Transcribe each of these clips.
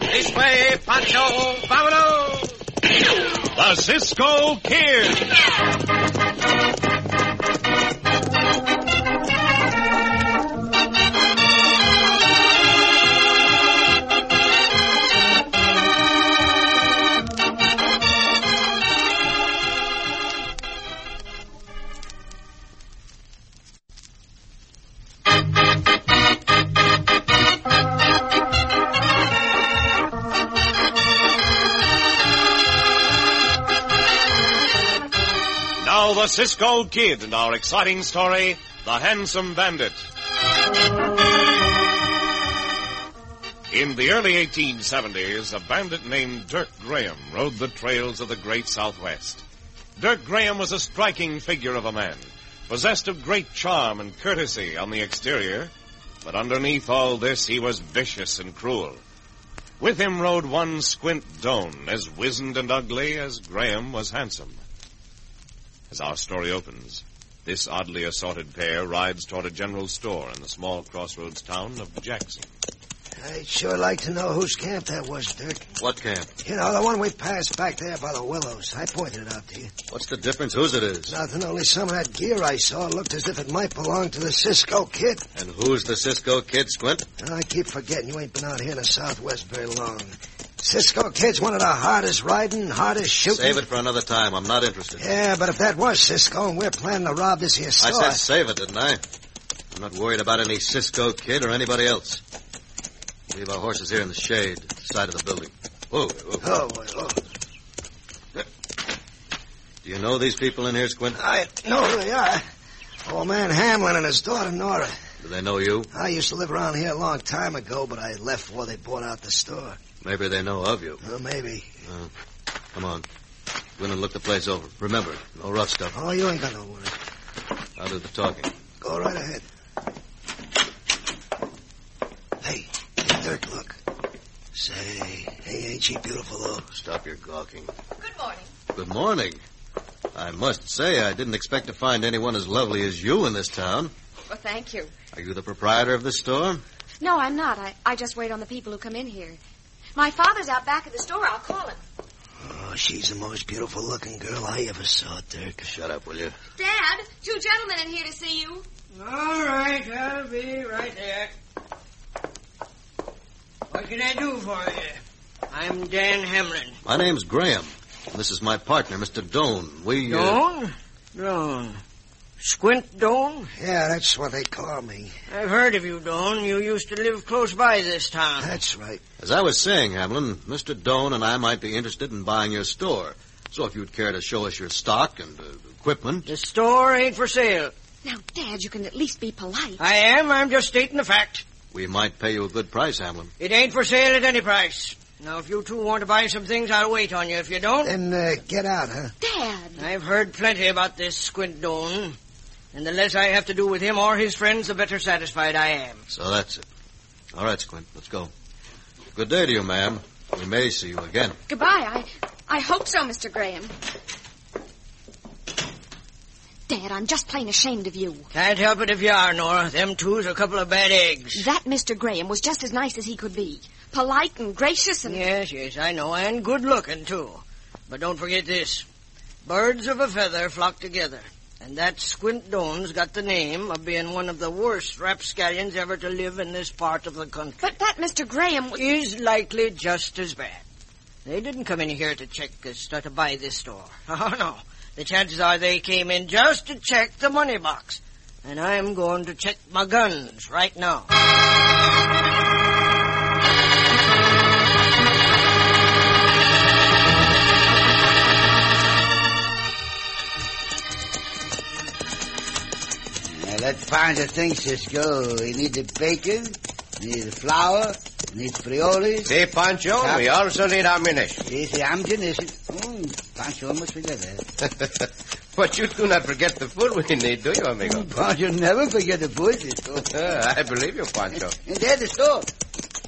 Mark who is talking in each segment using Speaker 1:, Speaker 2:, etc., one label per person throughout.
Speaker 1: This way, Pancho! Vámonos!
Speaker 2: The Cisco Kid. Now the Cisco Kid and our exciting story, The Handsome Bandit. In the early 1870s, a bandit named Dirk Graham rode the trails of the great Southwest. Dirk Graham was a striking figure of a man, possessed of great charm and courtesy on the exterior, but underneath all this he was vicious and cruel. With him rode one squint Doane, as wizened and ugly as Graham was handsome. As our story opens, this oddly assorted pair rides toward a general store in the small crossroads town of Jackson.
Speaker 3: I'd sure like to know whose camp that was, Dirk.
Speaker 4: What camp?
Speaker 3: You know, the one we passed back there by the willows. I pointed it out to you.
Speaker 4: What's the difference whose it is?
Speaker 3: Nothing, only some of that gear I saw looked as if it might belong to the Cisco kid.
Speaker 4: And who's the Cisco kid, Squint?
Speaker 3: And I keep forgetting you ain't been out here in the Southwest very long. Cisco kid's one of the hardest riding, hardest shooting.
Speaker 4: Save it for another time. I'm not interested.
Speaker 3: Yeah, but if that was Cisco and we're planning to rob this here
Speaker 4: I
Speaker 3: store.
Speaker 4: said save it, didn't I? I'm not worried about any Cisco kid or anybody else. Leave our horses here in the shade, side of the building. Whoa, whoa.
Speaker 3: Oh, oh,
Speaker 4: Do you know these people in here, Squint?
Speaker 3: I know who they are. Old man Hamlin and his daughter Nora.
Speaker 4: Do they know you?
Speaker 3: I used to live around here a long time ago, but I left before they bought out the store.
Speaker 4: Maybe they know of you.
Speaker 3: Well, maybe.
Speaker 4: Come on. Go in and look the place over. Remember, no rough stuff.
Speaker 3: Oh, you ain't got no worry.
Speaker 4: I'll do the talking.
Speaker 3: Go right ahead. Hey, Dirk, look. Say, hey, ain't she beautiful, though?
Speaker 4: Stop your gawking.
Speaker 5: Good morning.
Speaker 4: Good morning. I must say, I didn't expect to find anyone as lovely as you in this town.
Speaker 5: Well, thank you.
Speaker 4: Are you the proprietor of this store?
Speaker 5: No, I'm not. I, I just wait on the people who come in here. My father's out back at the store. I'll call him.
Speaker 3: Oh, she's the most beautiful looking girl I ever saw, Dirk.
Speaker 4: Shut up, will you?
Speaker 5: Dad, two gentlemen in here to see you.
Speaker 6: All right, I'll be right there. What can I do for you? I'm Dan Hamlin.
Speaker 4: My name's Graham. and this is my partner, Mr. Doane. We. uh,
Speaker 6: Doan? Doan. Squint Doan?
Speaker 3: Yeah, that's what they call me.
Speaker 6: I've heard of you, Doan. You used to live close by this town.
Speaker 3: That's right.
Speaker 4: as I was saying, Hamlin, Mr. Doane and I might be interested in buying your store. So if you'd care to show us your stock and uh, equipment.
Speaker 6: The store ain't for sale.
Speaker 5: Now, Dad, you can at least be polite.
Speaker 6: I am. I'm just stating the fact.
Speaker 4: We might pay you a good price, Hamlin.
Speaker 6: It ain't for sale at any price. Now, if you two want to buy some things, I'll wait on you. If you don't,
Speaker 3: Then uh, get out, huh?
Speaker 5: Dad,
Speaker 6: I've heard plenty about this Squint Doan. And the less I have to do with him or his friends, the better satisfied I am.
Speaker 4: So that's it. All right, Squint, let's go. Good day to you, ma'am. We may see you again.
Speaker 5: goodbye. I, I hope so, Mr. Graham. Dad, I'm just plain ashamed of you.
Speaker 6: Can't help it if you are, Nora. Them two's a couple of bad eggs.
Speaker 5: That Mr. Graham was just as nice as he could be. Polite and gracious and...
Speaker 6: Yes, yes, I know, and good looking too. But don't forget this: birds of a feather flock together, and that Squint Doan's got the name of being one of the worst rapscallions ever to live in this part of the country.
Speaker 5: But that Mr. Graham was...
Speaker 6: Is likely just as bad. They didn't come in here to check us or to buy this store. Oh no, the chances are they came in just to check the money box, and I'm going to check my guns right now.
Speaker 7: Now, let's find the thing, Cisco. We need the bacon, Need flour, need frijoles,
Speaker 1: See, Pancho,
Speaker 7: Yeah.
Speaker 1: we also need ammunition.
Speaker 7: need the ammunition. Mm, Pancho must forget that.
Speaker 1: but you do not forget the food we need, do you, amigo?
Speaker 4: Hmm.
Speaker 7: Pancho never forget the food. it's so.
Speaker 1: Uh, I believe you, Pancho.
Speaker 7: And there the store.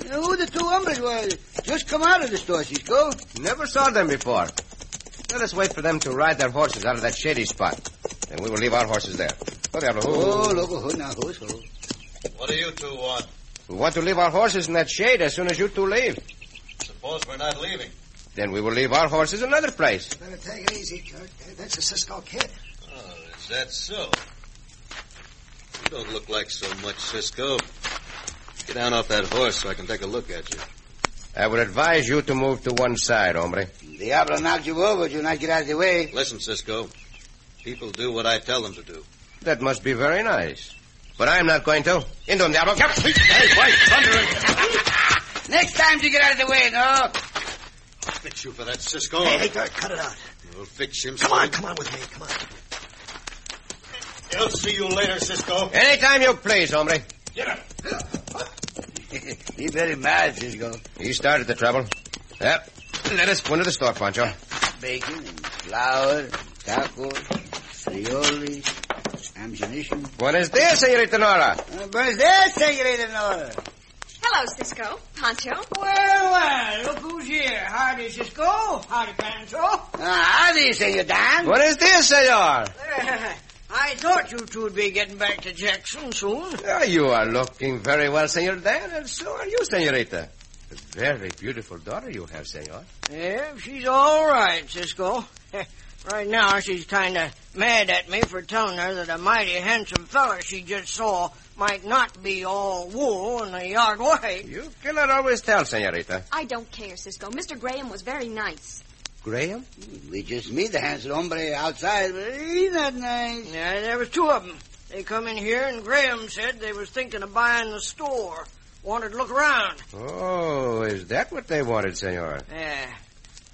Speaker 7: You know who the two hombres were? Just come out of the store, Cisco.
Speaker 1: Never saw them before. Let us wait for them to ride their horses out of that shady spot. And we will leave our horses there. Oh, diablo,
Speaker 7: Oh,
Speaker 1: who-
Speaker 7: loco, who now, oh, who's who?
Speaker 4: What do you two want?
Speaker 1: We want to leave our horses in that shade as soon as you two leave.
Speaker 4: Suppose we're not leaving.
Speaker 1: Then we will leave our horses another place.
Speaker 3: Better take it easy, Kirk. That's a Cisco kid.
Speaker 4: Oh, is that so? You don't look like so much, Cisco. Get down off that horse so I can take a look at you.
Speaker 1: I would advise you to move to one side, hombre.
Speaker 7: Diablo knocked you over. Do not get out of the way.
Speaker 4: Listen, Cisco. People do what I tell them to do.
Speaker 1: That must be very nice. But I'm not going to. Into him, Diablo.
Speaker 7: Next time you get out of the way, no?
Speaker 4: Fix you for that, Cisco.
Speaker 3: Hey, hey, Kirk, cut it out.
Speaker 4: We'll fix him.
Speaker 3: Come on, come on with me. Come on.
Speaker 4: I'll see you later, Cisco.
Speaker 1: Anytime you please, hombre.
Speaker 7: He very mad, Cisco.
Speaker 1: He started the trouble. Well, let us go into the store, Pancho.
Speaker 7: Bacon and Uh, flour, tacos, frijoles, ammunition.
Speaker 1: What is this, Senorita Nora?
Speaker 7: Uh, but that's segregated in order.
Speaker 5: Hello, Cisco. Pancho.
Speaker 6: Well, well, look who's here. Howdy, Cisco. Howdy, Pancho.
Speaker 7: Ah, howdy, Senor Don.
Speaker 1: What is this, senor?
Speaker 6: I thought you two'd be getting back to Jackson soon.
Speaker 1: Oh, you are looking very well, Senor Dan, and so are you, Senorita. A very beautiful daughter you have, Senor.
Speaker 6: Yeah, she's all right, Cisco. right now, she's kind of mad at me for telling her that a mighty handsome fella she just saw might not be all wool and a yard white.
Speaker 1: You cannot always tell, Senorita.
Speaker 5: I don't care, Cisco. Mr. Graham was very nice.
Speaker 1: Graham?
Speaker 7: We just meet the handsome hombre outside, but he's not nice.
Speaker 6: Yeah, there was two of them. They come in here, and Graham said they was thinking of buying the store. Wanted to look around.
Speaker 1: Oh, is that what they wanted, Senor?
Speaker 6: Yeah.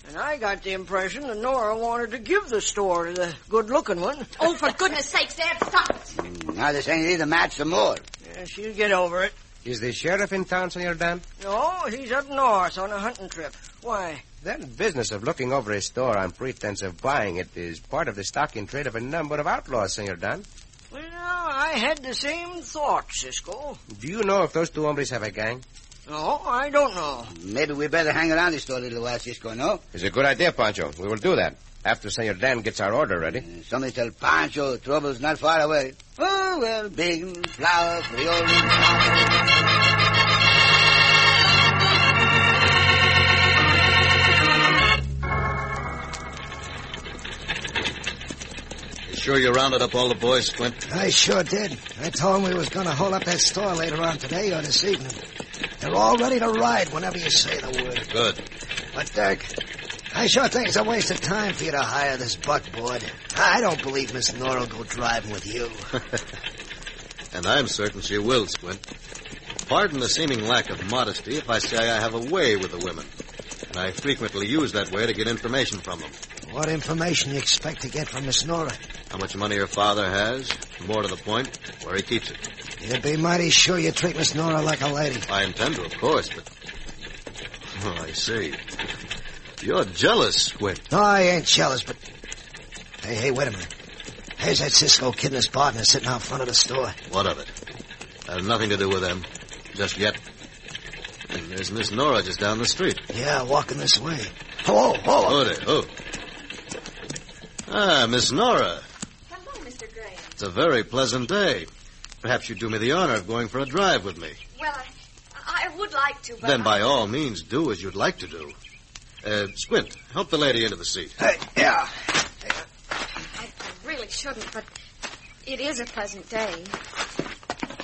Speaker 6: And I got the impression that Nora wanted to give the store to the good-looking one.
Speaker 5: Oh, for goodness sakes, Dad, stop it.
Speaker 7: Now they're saying need a match some more.
Speaker 6: Yeah, she'll get over it.
Speaker 1: Is the sheriff in town, Senor Dan?
Speaker 6: No, he's up north on a hunting trip. Why?
Speaker 1: That business of looking over a store on pretense of buying it is part of the stock in trade of a number of outlaws, Senor Dan.
Speaker 6: Well, I had the same thought, Cisco.
Speaker 1: Do you know if those two hombres have a gang?
Speaker 6: No, I don't know.
Speaker 7: Maybe we better hang around this store a little while, Cisco, no?
Speaker 1: It's a good idea, Pancho. We will do that after Senor Dan gets our order ready.
Speaker 7: Uh, Somebody tell Pancho trouble's not far away. Oh, well, bacon, flour, frijoles.
Speaker 4: You sure you rounded up all the boys, Squint?
Speaker 3: I sure did. I told him we was going to hold up that store later on today or this evening. They're all ready to ride whenever you say the word.
Speaker 4: Good.
Speaker 3: But, Dirk, I sure think it's a waste of time for you to hire this buckboard. I don't believe Miss Nora will go driving with you.
Speaker 4: and I'm certain she will, Squint. Pardon the seeming lack of modesty if I say I have a way with the women. And I frequently use that way to get information from them.
Speaker 3: What information you expect to get from Miss Nora?
Speaker 4: How much money her father has, more to the point, where he keeps it.
Speaker 3: You'd be mighty sure you treat Miss Nora like a lady.
Speaker 4: I intend to, of course, but... Oh, I see. You're jealous, Squint.
Speaker 3: No, I ain't jealous, but... Hey, hey, wait a minute. There's that Cisco kid and his partner sitting out front of the store.
Speaker 4: What of it? I have nothing to do with them. Just yet. And there's Miss Nora just down the street.
Speaker 3: Yeah, walking this way. Whoa, whoa.
Speaker 4: Oh, there. Oh. Ah, Miss Nora.
Speaker 5: Hello, Mr. Graham.
Speaker 4: It's a very pleasant day. Perhaps you'd do me the honor of going for a drive with me.
Speaker 5: Well, I, I would like to, but...
Speaker 4: Then
Speaker 5: I-
Speaker 4: by all means, do as you'd like to do. Uh, Squint, help the lady into the seat.
Speaker 3: Hey, yeah.
Speaker 5: I really shouldn't, but it is a pleasant day.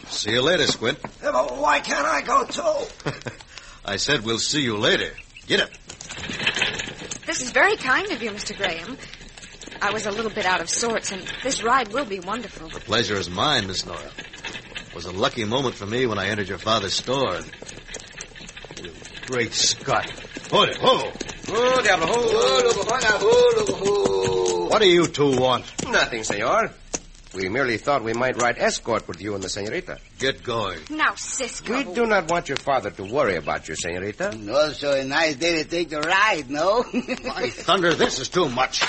Speaker 4: See you later, Squint.
Speaker 3: Yeah, but why can't I go too?
Speaker 4: I said we'll see you later. Get up.
Speaker 5: This is very kind of you, Mr. Graham. I was a little bit out of sorts, and this ride will be wonderful.
Speaker 4: The pleasure is mine, Miss Nora. It was a lucky moment for me when I entered your father's store. You Great Scott. Hold it. Whoa.
Speaker 1: Oh, Diablo.
Speaker 7: Oh, look, who now, who, look, who.
Speaker 4: What do you two want?
Speaker 1: Nothing, senor. We merely thought we might ride escort with you and the senorita.
Speaker 4: Get going.
Speaker 5: Now, Cisco.
Speaker 1: We do not want your father to worry about you, senorita.
Speaker 7: And also a nice day to take a ride, no?
Speaker 4: My thunder, this is too much.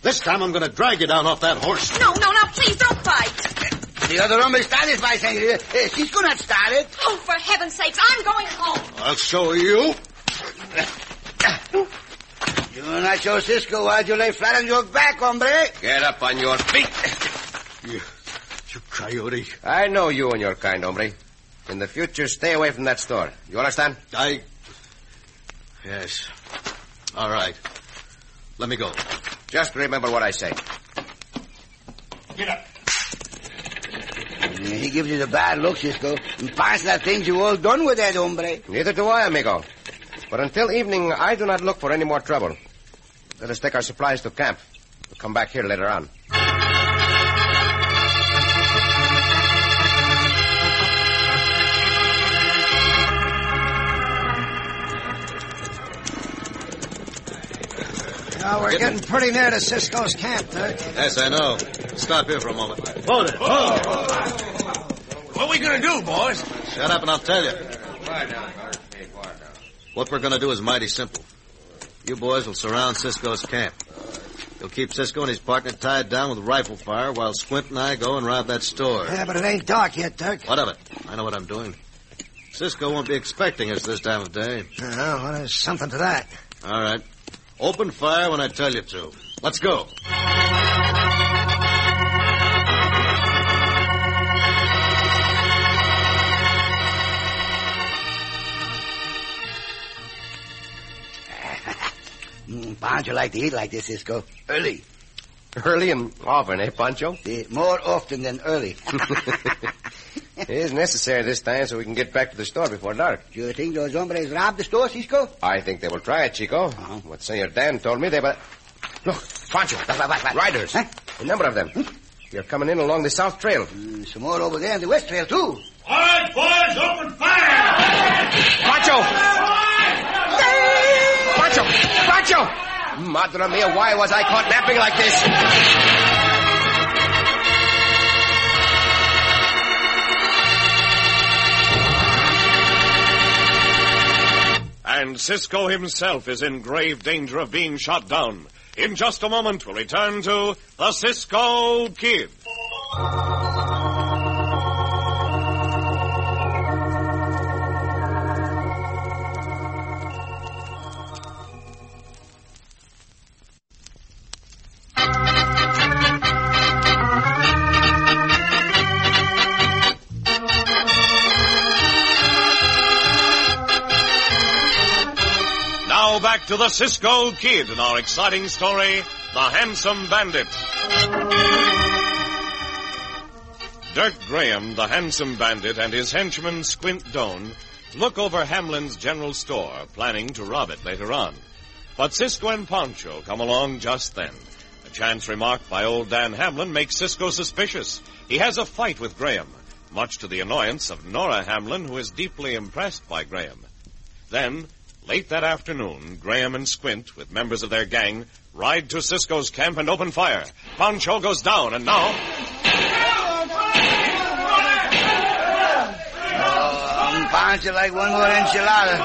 Speaker 4: This time I'm going to drag you down off that horse.
Speaker 5: No, no, now, please don't fight.
Speaker 7: the other hombre started by senorita. Eh, She's gonna start it.
Speaker 5: Oh, for heaven's sakes, I'm going home.
Speaker 4: I'll show you.
Speaker 7: You not show Cisco why'd you lay flat on your back, hombre?
Speaker 1: Get up on your feet.
Speaker 4: You, you coyote.
Speaker 1: I know you and your kind, hombre. In the future, stay away from that store. You understand?
Speaker 4: I. Yes. All right. Let me go.
Speaker 1: Just remember what I say.
Speaker 7: Yeah, He gives you the bad look, Cisco. And past that thing you all done with that hombre.
Speaker 1: Neither do I, amigo. But until evening, I do not look for any more trouble. Let us take our supplies to camp. We'll come back here later on.
Speaker 3: Now, we're getting pretty near to Cisco's camp, Dirk.
Speaker 4: Yes, I know. Stop here for a moment.
Speaker 2: What are we going to do, boys?
Speaker 4: Shut up and I'll tell you. What we're going to do is mighty simple. You boys will surround Cisco's camp. You'll keep Cisco and his partner tied down with rifle fire while Squint and I go and rob that store.
Speaker 3: Yeah, but it ain't dark yet, Dirk.
Speaker 4: What of it? I know what I'm doing. Cisco won't be expecting us this time of day.
Speaker 3: Uh, well, there's something to that.
Speaker 4: All right. Open fire when I tell you to. Let's go.
Speaker 7: Mm, How'd you like to eat like this, Cisco? Early.
Speaker 1: Early and often, eh, Pancho?
Speaker 7: Eh, More often than early.
Speaker 1: It is necessary this time so we can get back to the store before dark.
Speaker 7: Do you think those hombres robbed the store, Cisco?
Speaker 1: I think they will try it, Chico.
Speaker 7: Uh-huh.
Speaker 1: What Senor Dan told me, they will... Look, Pancho, riders.
Speaker 7: Huh?
Speaker 1: A number of them. They're coming in along the south trail.
Speaker 7: Mm, Some more over there on the west trail, too.
Speaker 2: All right, boys, open fire!
Speaker 1: Pancho! Pancho! Pancho! Madre mia, why was I caught napping like this?
Speaker 2: And Cisco himself is in grave danger of being shot down. In just a moment, we'll return to the Cisco Kid. Now back to the Cisco Kid and our exciting story, The Handsome Bandit. Dirk Graham, the handsome bandit, and his henchman Squint Doan look over Hamlin's general store, planning to rob it later on. But Cisco and Pancho come along just then. A chance remark by old Dan Hamlin makes Cisco suspicious. He has a fight with Graham, much to the annoyance of Nora Hamlin, who is deeply impressed by Graham. Then, late that afternoon, Graham and Squint, with members of their gang, ride to Cisco's camp and open fire. Pancho goes down, and now...
Speaker 7: Um, Bounce you like one more enchilada.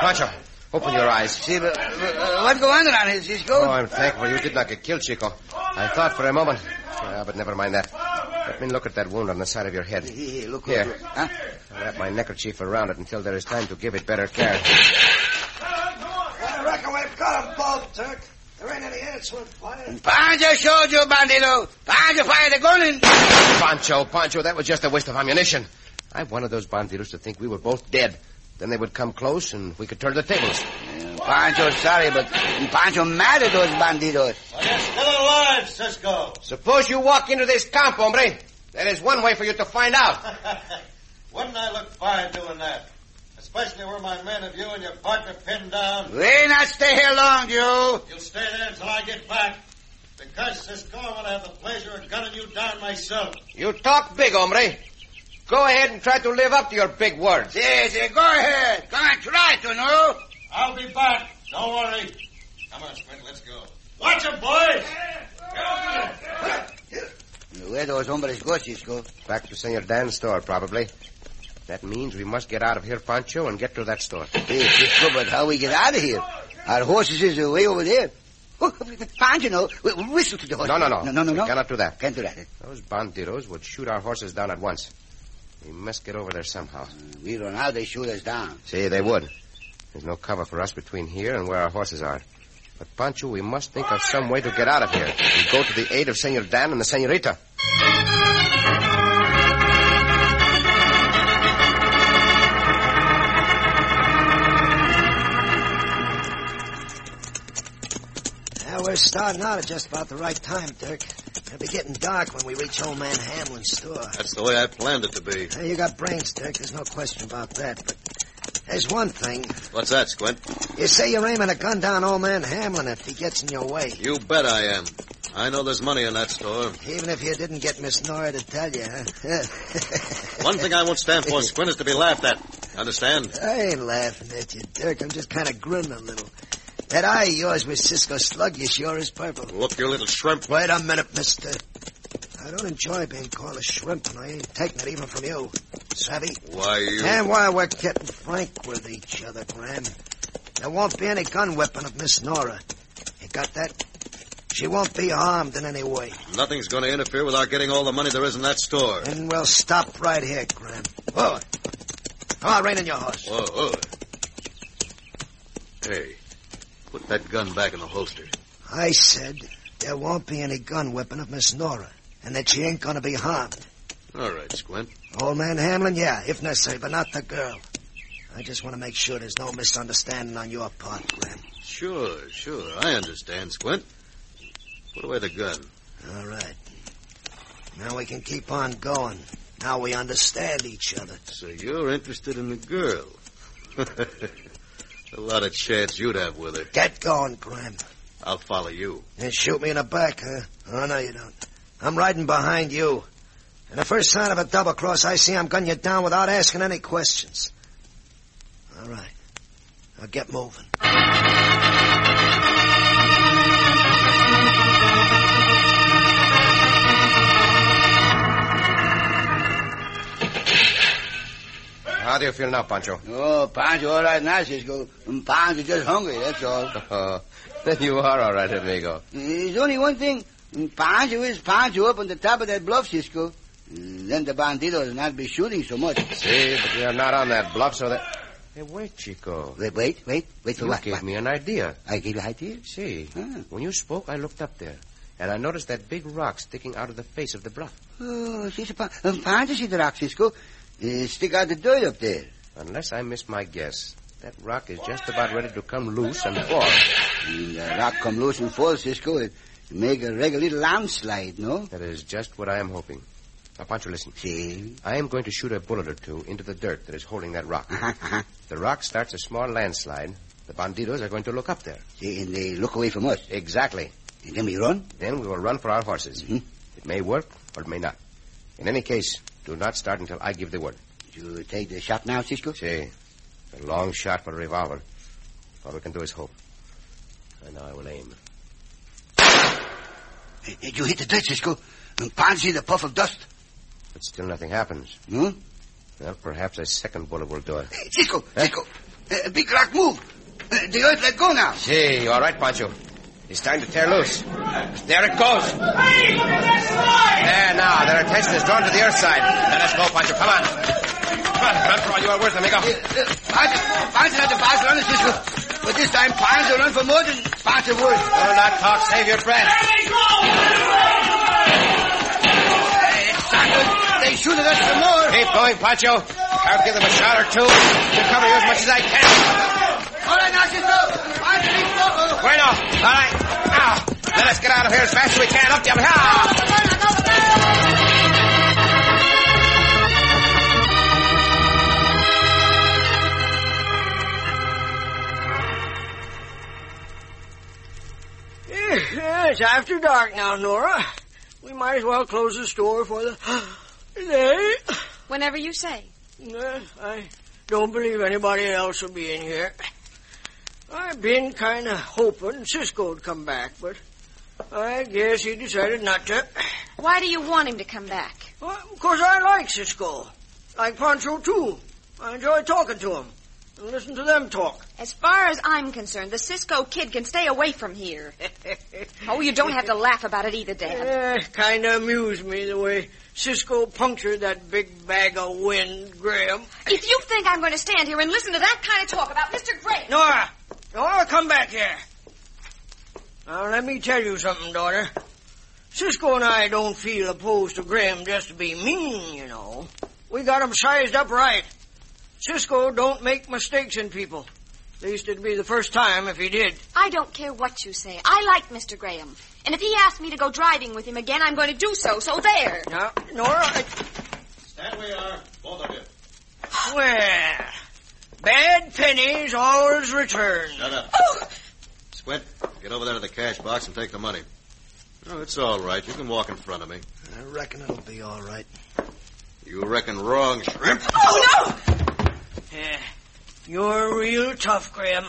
Speaker 1: Pancho, open your eyes.
Speaker 7: See, but, but, uh, what go on around here, Cisco?
Speaker 1: Oh, I'm thankful you did not get killed, Chico. I thought for a moment. Ah, but never mind that. Let me look at that wound on the side of your head.
Speaker 7: Here, here, look
Speaker 1: Here.
Speaker 7: look, look. Huh?
Speaker 1: I'll wrap my neckerchief around it until there is time to give it better care.
Speaker 3: I reckon we've got them both, Dirk. There ain't any answering fire.
Speaker 7: Pancho showed you, bandito. Pancho fired the gun and...
Speaker 1: Pancho, Pancho, that was just a waste of ammunition. I wanted those banditos to think we were both dead. Then they would come close and we could turn the tables.
Speaker 7: Yeah, Pancho, sorry, but Pancho mad at those banditos.
Speaker 1: Suppose you walk into this camp, hombre. There is one way for you to find out.
Speaker 4: Wouldn't I look fine doing that? Especially where my men of you and your partner pinned down.
Speaker 7: We not stay here long, you.
Speaker 4: You'll stay there until I get back. Because, Cisco, I want to have the pleasure of gunning you down myself.
Speaker 1: You talk big, hombre. Go ahead and try to live up to your big words.
Speaker 7: Yes, go ahead. Come on, try to, no?
Speaker 4: I'll be back. Don't worry. Come on, Squint, let's go. Watch him, boys!
Speaker 7: Where those hombres go, Cisco?
Speaker 1: Back to Senor Dan's store, probably. That means we must get out of here, Pancho, and get to that store.
Speaker 7: Hey, Cisco, but how we get out of here? Our horses is uh, way over there. Oh, Pancho, no. Wh- wh- Whistle to the horse.
Speaker 1: No, no, no.
Speaker 7: No, no, no.
Speaker 1: We
Speaker 7: no.
Speaker 1: cannot do that.
Speaker 7: Can't do that.
Speaker 1: Those bandidos would shoot our horses down at once. We must get over there somehow.
Speaker 7: We run out, they shoot us down.
Speaker 1: See, they would. There's no cover for us between here and where our horses are. But, Pancho, we must think of some way to get out of here and go to the aid of Senor Dan and the Senorita.
Speaker 3: Now we're starting out at just about the right time, Dirk. It'll be getting dark when we reach old man Hamlin's store.
Speaker 4: That's the way I planned it to be.
Speaker 3: Now, you got brains, Dirk. There's no question about that. But there's one thing.
Speaker 4: What's that, Squint?
Speaker 3: You say you're aiming a gun down old man Hamlin if he gets in your way.
Speaker 4: You bet I am. I know there's money in that store.
Speaker 3: Even if you didn't get Miss Nora to tell you, huh?
Speaker 4: One thing I won't stand for, Squint, is to be laughed at. Understand?
Speaker 3: I ain't laughing at you, Dirk. I'm just kind of grinning a little. That eye of yours with Cisco Slug, you sure is purple.
Speaker 4: Look, you little shrimp.
Speaker 3: Wait a minute, mister. I don't enjoy being called a shrimp, and I ain't taking it even from you. Savvy?
Speaker 4: Why, you...
Speaker 3: And why we're getting frank with each other, Graham. There won't be any gun whipping of Miss Nora. You got that? She won't be harmed in any way.
Speaker 4: Nothing's going to interfere with our getting all the money there is in that store.
Speaker 3: And we'll stop right here, Graham. Whoa. Come on, rein in your horse.
Speaker 4: Whoa, whoa. Hey, put that gun back in the holster.
Speaker 3: I said there won't be any gun whipping of Miss Nora, and that she ain't gonna be harmed.
Speaker 4: All right, Squint.
Speaker 3: Old man Hamlin, yeah, if necessary, but not the girl. I just want to make sure there's no misunderstanding on your part, Graham.
Speaker 4: Sure, sure. I understand, Squint. Put away the gun.
Speaker 3: All right. Now we can keep on going. Now we understand each other.
Speaker 4: So you're interested in the girl. A lot of chance you'd have with her.
Speaker 3: Get going, Graham.
Speaker 4: I'll follow you.
Speaker 3: And shoot me in the back, huh? Oh, no, you don't. I'm riding behind you. And the first sign of a double cross I see, I'm gunning you down without asking any questions. All right. Now get moving.
Speaker 1: How do you feel now, Pancho?
Speaker 7: Oh, Pancho, all right now, Cisco. Mm, Pancho just hungry, that's all.
Speaker 1: Oh, then you are all right, amigo.
Speaker 7: There's only one thing. Mm, Pancho is Pancho up on the top of that bluff, Cisco. Mm, Then the bandidos will not be shooting so much.
Speaker 1: See, but we are not on that bluff, so that... Hey, wait, Chico.
Speaker 7: Wait, wait, wait, wait for
Speaker 1: You
Speaker 7: what?
Speaker 1: gave
Speaker 7: what?
Speaker 1: me an idea.
Speaker 7: I give you idea?
Speaker 1: See,
Speaker 7: Huh.
Speaker 1: when you spoke, I looked up there, and I noticed that big rock sticking out of the face of the bluff.
Speaker 7: Oh, she's a pan- um, Pancho, she's the rock, Cisco. Uh, stick out the dirt up there.
Speaker 1: Unless I miss my guess, that rock is just about ready to come loose and fall.
Speaker 7: And the rock come loose and fall, Cisco. It make a regular landslide, no?
Speaker 1: That is just what I am hoping. Now, Pancho, listen.
Speaker 7: See?
Speaker 1: I am going to shoot a bullet or two into the dirt that is holding that rock.
Speaker 7: Uh-huh, uh-huh.
Speaker 1: The rock starts a small landslide. The bandidos are going to look up there.
Speaker 7: See, and they look away from us.
Speaker 1: Exactly.
Speaker 7: And then we run.
Speaker 1: Then we will run for our horses.
Speaker 7: Mhm.
Speaker 1: It may work or it may not. In any case, do not start until I give the word.
Speaker 7: You take the shot now, Cisco?
Speaker 1: See, a long shot for a revolver. All we can do is hope. And now I will aim.
Speaker 7: Hey, Did you hit the dirt, Cisco? And Pansy, the puff of dust.
Speaker 1: But still nothing happens.
Speaker 7: Hmm?
Speaker 1: Well, perhaps a second bullet will do it.
Speaker 7: Hey, Cisco, Cisco. Uh, big rock move. Uh, the earth let go now.
Speaker 1: See, all right, Pancho. It's time to tear loose. There it goes. There now. Their attention is drawn to the earth side. Let us go, Pancho. Come on. Come on. Run for all you are worth, amigo.
Speaker 7: Uh, uh, Pancho, Pancho had the fast runner, Cisco. But this time, Pancho run for more than Pancho would.
Speaker 1: Do not talk. Save your breath.
Speaker 7: They shoot at us for more.
Speaker 1: Keep going, Pancho. I'll give them a shot or two. To cover you as much as I can.
Speaker 7: All right, now, Cisco. Pancho, leave go.
Speaker 1: Bueno. All right. Now, let us get out of here as fast as we can. Up, the hill.
Speaker 6: Yeah, it's after dark now, Nora. We might as well close the store for the day.
Speaker 5: Whenever you say.
Speaker 6: Uh, I don't believe anybody else will be in here. I've been kind of hoping Cisco would come back, but I guess he decided not to.
Speaker 5: Why do you want him to come back?
Speaker 6: Well, of course, I like Cisco. Like Pancho, too. I enjoy talking to him. And listen to them talk.
Speaker 5: As far as I'm concerned, the Cisco kid can stay away from here. Oh, you don't have to laugh about it either, Dad.
Speaker 6: Eh, kind of amused me the way Cisco punctured that big bag of wind, Graham.
Speaker 5: If you think I'm going to stand here and listen to that kind of talk about Mr. Gray,
Speaker 6: Nora! Nora, come back here. Now, let me tell you something, daughter. Cisco and I don't feel opposed to Graham just to be mean, you know. We got him sized up right. Cisco don't make mistakes in people. At least it'd be the first time if he did.
Speaker 5: I don't care what you say. I like Mr. Graham. And if he asks me to go driving with him again, I'm going to do so, so there.
Speaker 6: Now, Nora, I...
Speaker 2: Stand where you are, both of you.
Speaker 6: Well, bad pennies always return.
Speaker 2: Shut up. Squint, get over there to the cash box and take the money. No, it's all right. You can walk in front of me.
Speaker 8: I reckon it'll be all right.
Speaker 2: You reckon wrong, shrimp.
Speaker 5: Oh, no!
Speaker 6: Yeah. Eh, You're real tough, Graham.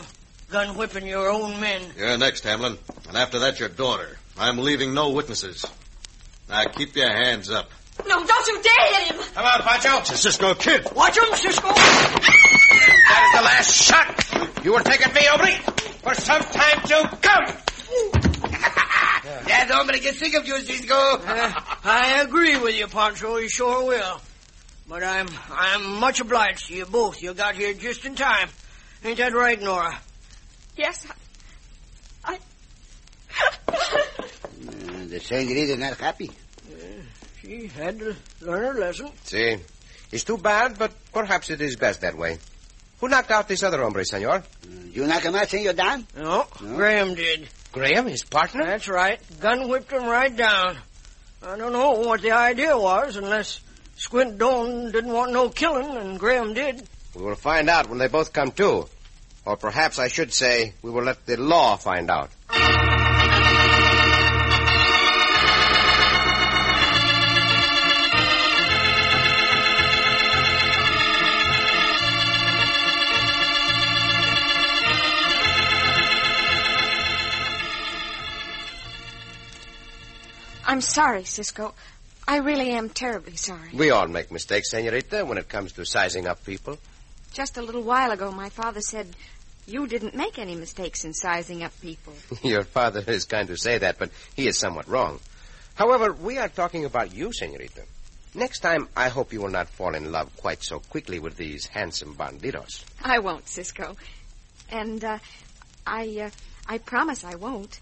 Speaker 6: Gun whipping your own men.
Speaker 2: You're next, Hamlin. And after that, your daughter. I'm leaving no witnesses. Now keep your hands up.
Speaker 5: No, don't you dare hit him!
Speaker 2: Come on, Pancho. It's a Cisco kid.
Speaker 6: Watch him, Cisco!
Speaker 9: That is the last shot. You were taking me, Aubrey, for some time to come.
Speaker 3: That hombre gets sick of you, Cisco.
Speaker 6: Uh, I agree with you, Pancho. You sure will. But I'm I'm much obliged to you both. You got here just in time. Ain't that right, Nora?
Speaker 5: Yes, I... I...
Speaker 3: Uh, the senorita's not happy.
Speaker 6: She had to learn her lesson.
Speaker 4: See, it's too bad, but perhaps it is best that way. Who knocked out this other hombre, senor?
Speaker 3: You knock him out, senor Don?
Speaker 6: No, Graham did.
Speaker 4: Graham, his partner?
Speaker 6: That's right. Gun whipped him right down. I don't know what the idea was, unless Squint Doan didn't want no killing, and Graham did.
Speaker 4: We will find out when they both come to. Or perhaps I should say, we will let the law find out.
Speaker 5: I'm sorry, Cisco. I really am terribly sorry.
Speaker 4: We all make mistakes, senorita, when it comes to sizing up people.
Speaker 5: Just a little while ago, my father said you didn't make any mistakes in sizing up people.
Speaker 4: Your father is kind to say that, but he is somewhat wrong. However, we are talking about you, senorita. Next time, I hope you will not fall in love quite so quickly with these handsome bandidos.
Speaker 5: I won't, Cisco. And uh, I, uh, I promise I won't.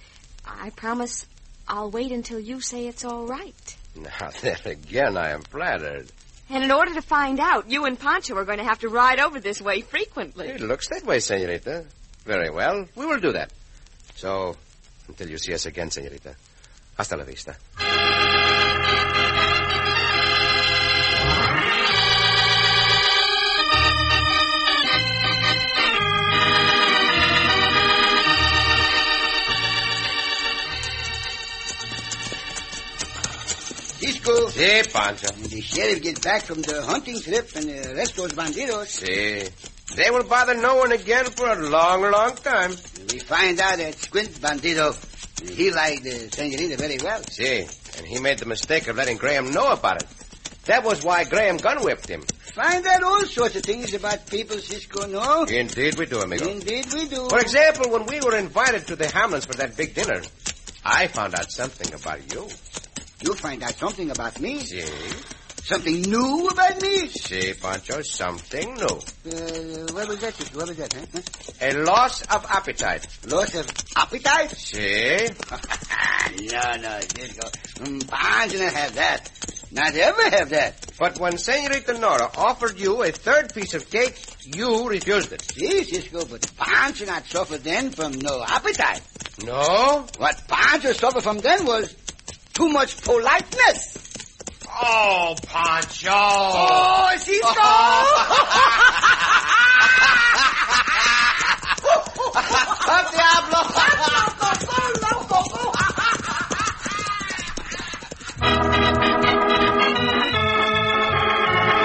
Speaker 5: I promise I'll wait until you say it's all right.
Speaker 4: Now, there again, I am flattered.
Speaker 5: And in order to find out, you and Pancho are going to have to ride over this way frequently.
Speaker 4: It looks that way, senorita. Very well, we will do that. So, until you see us again, senorita. Hasta la vista.
Speaker 3: Cisco.
Speaker 4: Si, Pancho.
Speaker 3: When the sheriff gets back from the hunting trip and uh, arrest those bandidos,
Speaker 4: Si. They will bother no one again for a long, long time.
Speaker 3: we find out that Squint Bandido, he liked the senorita very well.
Speaker 4: See, and he made the mistake of letting Graham know about it. That was why Graham gun whipped him.
Speaker 3: Find out all sorts of things about people, Cisco, no?
Speaker 4: Indeed, we do, amigo.
Speaker 3: Indeed we do.
Speaker 4: For example, when we were invited to the Hamlins for that big dinner, I found out something about you.
Speaker 3: You find out something about me.
Speaker 4: See,
Speaker 3: Something new about me.
Speaker 4: see, Pancho, something new.
Speaker 3: Uh, what was that, Cisco? What was that, huh? Huh?
Speaker 4: A loss of appetite.
Speaker 3: Loss of appetite?
Speaker 4: See,
Speaker 3: no, no, Cisco. Mm, I didn't have that. Not ever have that.
Speaker 4: but when Senorita Nora offered you a third piece of cake, you refused it.
Speaker 3: See, Cisco, but Pancho not suffer then from no appetite.
Speaker 4: No?
Speaker 3: What Pancho suffered from then was too much politeness.
Speaker 4: Oh, Pancho!
Speaker 3: Oh, Cisco!
Speaker 9: And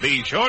Speaker 2: Be sure